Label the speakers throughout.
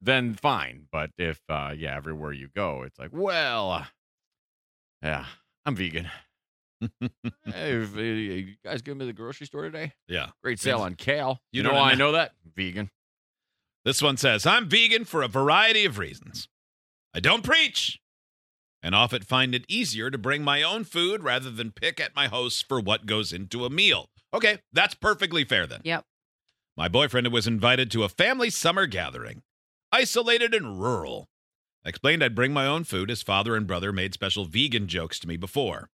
Speaker 1: then fine. But if uh, yeah, everywhere you go, it's like, well, uh, yeah, I'm vegan. hey, if, uh, you guys going to the grocery store today?
Speaker 2: yeah.
Speaker 1: Great sale on kale.
Speaker 2: You
Speaker 1: You know
Speaker 2: don't
Speaker 1: why I
Speaker 2: know-
Speaker 1: know that? Vegan.
Speaker 2: This one says, I'm vegan for a variety of reasons. I don't preach, and often find it easier to bring my own food rather than pick at my hosts for what goes into a meal. Okay, that's perfectly fair then.
Speaker 3: Yep.
Speaker 2: My boyfriend was invited to a family summer gathering, isolated and rural. I explained I'd bring my own food, as father and brother made special vegan jokes to me before.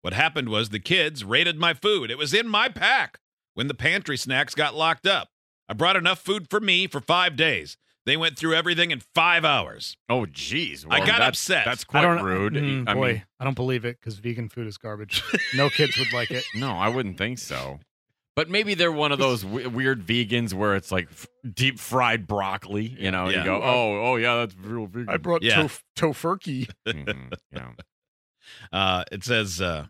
Speaker 2: What happened was the kids raided my food. It was in my pack when the pantry snacks got locked up. I brought enough food for me for five days. They went through everything in five hours.
Speaker 1: Oh, geez.
Speaker 2: I
Speaker 1: Well,
Speaker 2: got
Speaker 1: that's-
Speaker 2: upset.
Speaker 1: That's
Speaker 4: I
Speaker 1: quite
Speaker 4: don't
Speaker 1: rude.
Speaker 4: Mm,
Speaker 1: I
Speaker 4: boy,
Speaker 1: mean,
Speaker 4: I don't believe it because vegan food is garbage. No kids would like it.
Speaker 1: No, I wouldn't think so. But maybe they're one of those w- weird vegans where it's like f- deep fried broccoli. You know,
Speaker 2: Yeah.
Speaker 1: you go, oh, oh yeah, that's real vegan.
Speaker 4: I brought
Speaker 2: Yeah.
Speaker 4: tof- tofurkey.
Speaker 1: Mhm, yeah.
Speaker 2: Uh, it says uh,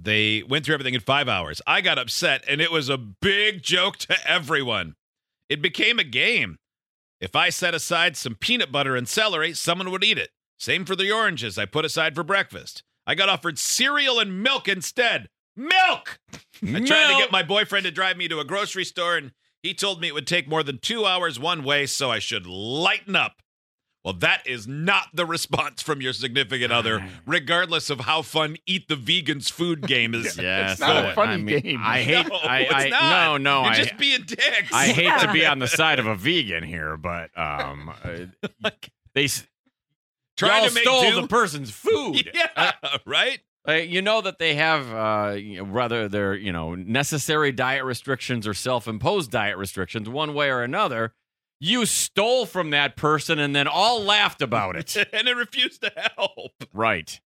Speaker 2: they went through everything in five hours. I got upset, and it was a big joke to everyone. It became a game. If I set aside some peanut butter and celery, someone would eat it. Same for the oranges I put aside for breakfast. I got offered cereal and milk instead. Milk! I tried to get my boyfriend to drive me to a grocery store, and he told me it would take more than two hours one way, so I should lighten up. Well, that is not the response from your significant other, regardless of how fun Eat the Vegan's Food game is.
Speaker 1: Yes,
Speaker 4: It's not
Speaker 2: a
Speaker 4: funny
Speaker 1: I mean,
Speaker 4: game.
Speaker 1: I hate.
Speaker 2: No,
Speaker 1: I,
Speaker 2: it's
Speaker 1: I,
Speaker 2: not.
Speaker 1: No, no.
Speaker 2: You're
Speaker 1: I,
Speaker 2: just being dicks.
Speaker 1: I hate to be
Speaker 2: Yeah.
Speaker 1: on the side of a vegan here, but um, uh, they s-
Speaker 2: Trying
Speaker 1: y'all
Speaker 2: to make
Speaker 1: stole
Speaker 2: do-
Speaker 1: the person's food.
Speaker 2: Yeah, right?
Speaker 1: Uh, you know that they have, uh, you know, whether they're you know necessary diet restrictions or self-imposed diet restrictions, one way or another. You stole from that person and then all laughed about it.
Speaker 2: and it refused to help.
Speaker 1: right.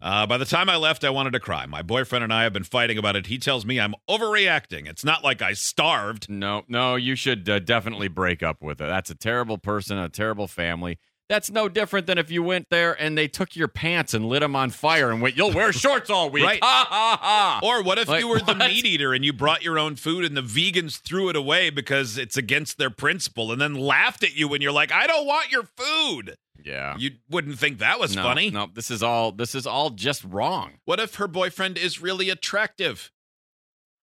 Speaker 2: Uh, by the time I left, I wanted to cry. My boyfriend and I have been fighting about it. He tells me I'm overreacting. It's not like I starved.
Speaker 1: No, no, you should uh, definitely break up with it. That's a terrible person, a terrible family. That's no different than if you went there and they took your pants and lit them on fire and went, "You'll wear shorts all week."
Speaker 2: Right.
Speaker 1: Ha ha ha.
Speaker 2: Or what if
Speaker 1: Like,
Speaker 2: you were the
Speaker 1: what?
Speaker 2: meat eater and you brought your own food and the vegans threw it away because it's against their principle and then laughed at you when you're like, I don't want your food.
Speaker 1: yeah.
Speaker 2: You wouldn't think that was
Speaker 1: no,
Speaker 2: funny.
Speaker 1: No, this is all this is all just wrong.
Speaker 2: What if her boyfriend is really attractive?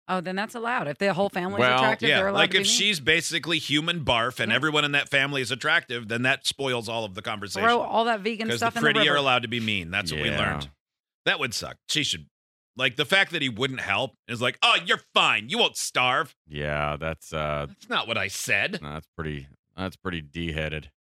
Speaker 3: Oh, then that's allowed. If the whole family's
Speaker 1: Well,
Speaker 3: attractive, they're
Speaker 2: yeah,
Speaker 3: allowed
Speaker 2: like
Speaker 3: to be
Speaker 2: if
Speaker 3: me.
Speaker 2: she's basically human barf and
Speaker 3: Yeah.
Speaker 2: everyone in that family is attractive, then that spoils all of the
Speaker 3: throw
Speaker 2: conversation.
Speaker 3: all that vegan
Speaker 2: Because the
Speaker 3: stuff in the
Speaker 2: pretty
Speaker 3: river.
Speaker 2: are allowed to be mean. That's what we
Speaker 1: Yeah.
Speaker 2: learned. That would suck. She should. Like the fact that he wouldn't help is like, oh, you're fine. You won't starve.
Speaker 1: Yeah, that's uh
Speaker 2: That's not what I said.
Speaker 1: that's pretty that's pretty d-headed.